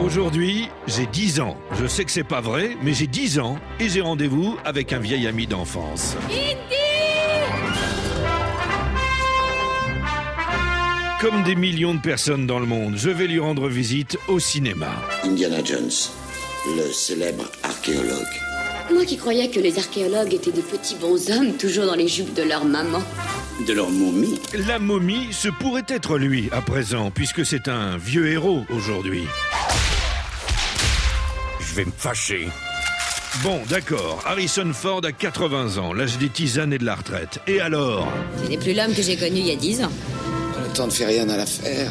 Aujourd'hui, j'ai 10 ans. Je sais que c'est pas vrai, mais j'ai 10 ans et j'ai rendez-vous avec un vieil ami d'enfance. Comme des millions de personnes dans le monde, je vais lui rendre visite au cinéma. Indiana Jones, le célèbre archéologue. Moi qui croyais que les archéologues étaient de petits bonshommes, toujours dans les jupes de leur maman. De leur momie, La momie, ce pourrait être lui à présent, puisque c'est un vieux héros aujourd'hui. Je vais me fâcher. Bon, d'accord, Harrison Ford a 80 ans, l'âge des tisanes et de la retraite. Et alors Ce n'est plus l'homme que j'ai connu il y a dix ans. Le temps ne fait rien à l'affaire.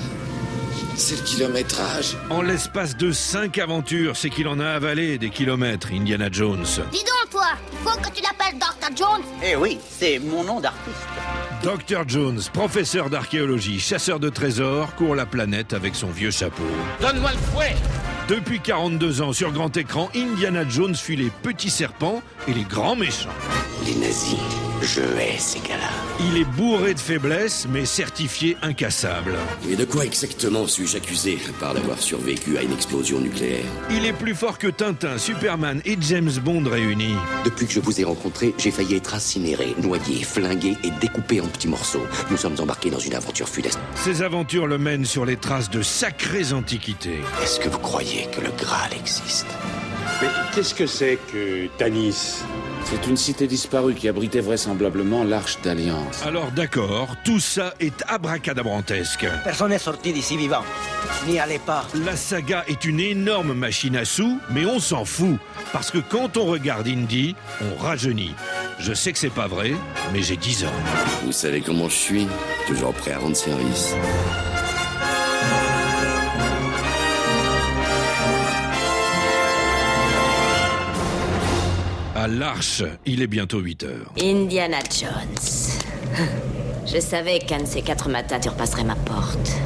C'est le kilométrage. En l'espace de 5 aventures, c'est qu'il en a avalé des kilomètres, Indiana Jones. Dis donc, toi, faut que tu l'appelles Dr. Jones. Eh oui, c'est mon nom d'artiste. Dr. Jones, professeur d'archéologie, chasseur de trésors, court la planète avec son vieux chapeau. Donne-moi le fouet Depuis 42 ans, sur grand écran, Indiana Jones fuit les petits serpents et les grands méchants. les nazis. Je hais ces gars-là. Il est bourré de faiblesses, mais certifié incassable. Mais de quoi exactement suis-je accusé Par d'avoir survécu à une explosion nucléaire. Il est plus fort que Tintin, Superman et James Bond réunis. Depuis que je vous ai rencontré, j'ai failli être incinéré, noyé, flingué et découpé en petits morceaux. Nous sommes embarqués dans une aventure funeste. Ses aventures le mènent sur les traces de sacrées antiquités. Est-ce que vous croyez que le Graal existe Mais qu'est-ce que c'est que Tanis C'est une cité disparue qui abritait vraisemblablement l'Arche d'Alliance. Alors d'accord, tout ça est abracadabrantesque. Personne n'est sorti d'ici vivant. N'y allez pas. La saga est une énorme machine à sous, mais on s'en fout. Parce que quand on regarde Indy, on rajeunit. Je sais que c'est pas vrai, mais j'ai 10 ans. Vous savez comment je suis Toujours prêt à rendre service. À l'Arche, il est bientôt 8 heures. Indiana Jones. Je savais qu'un de ces quatre matins, tu repasserais ma porte.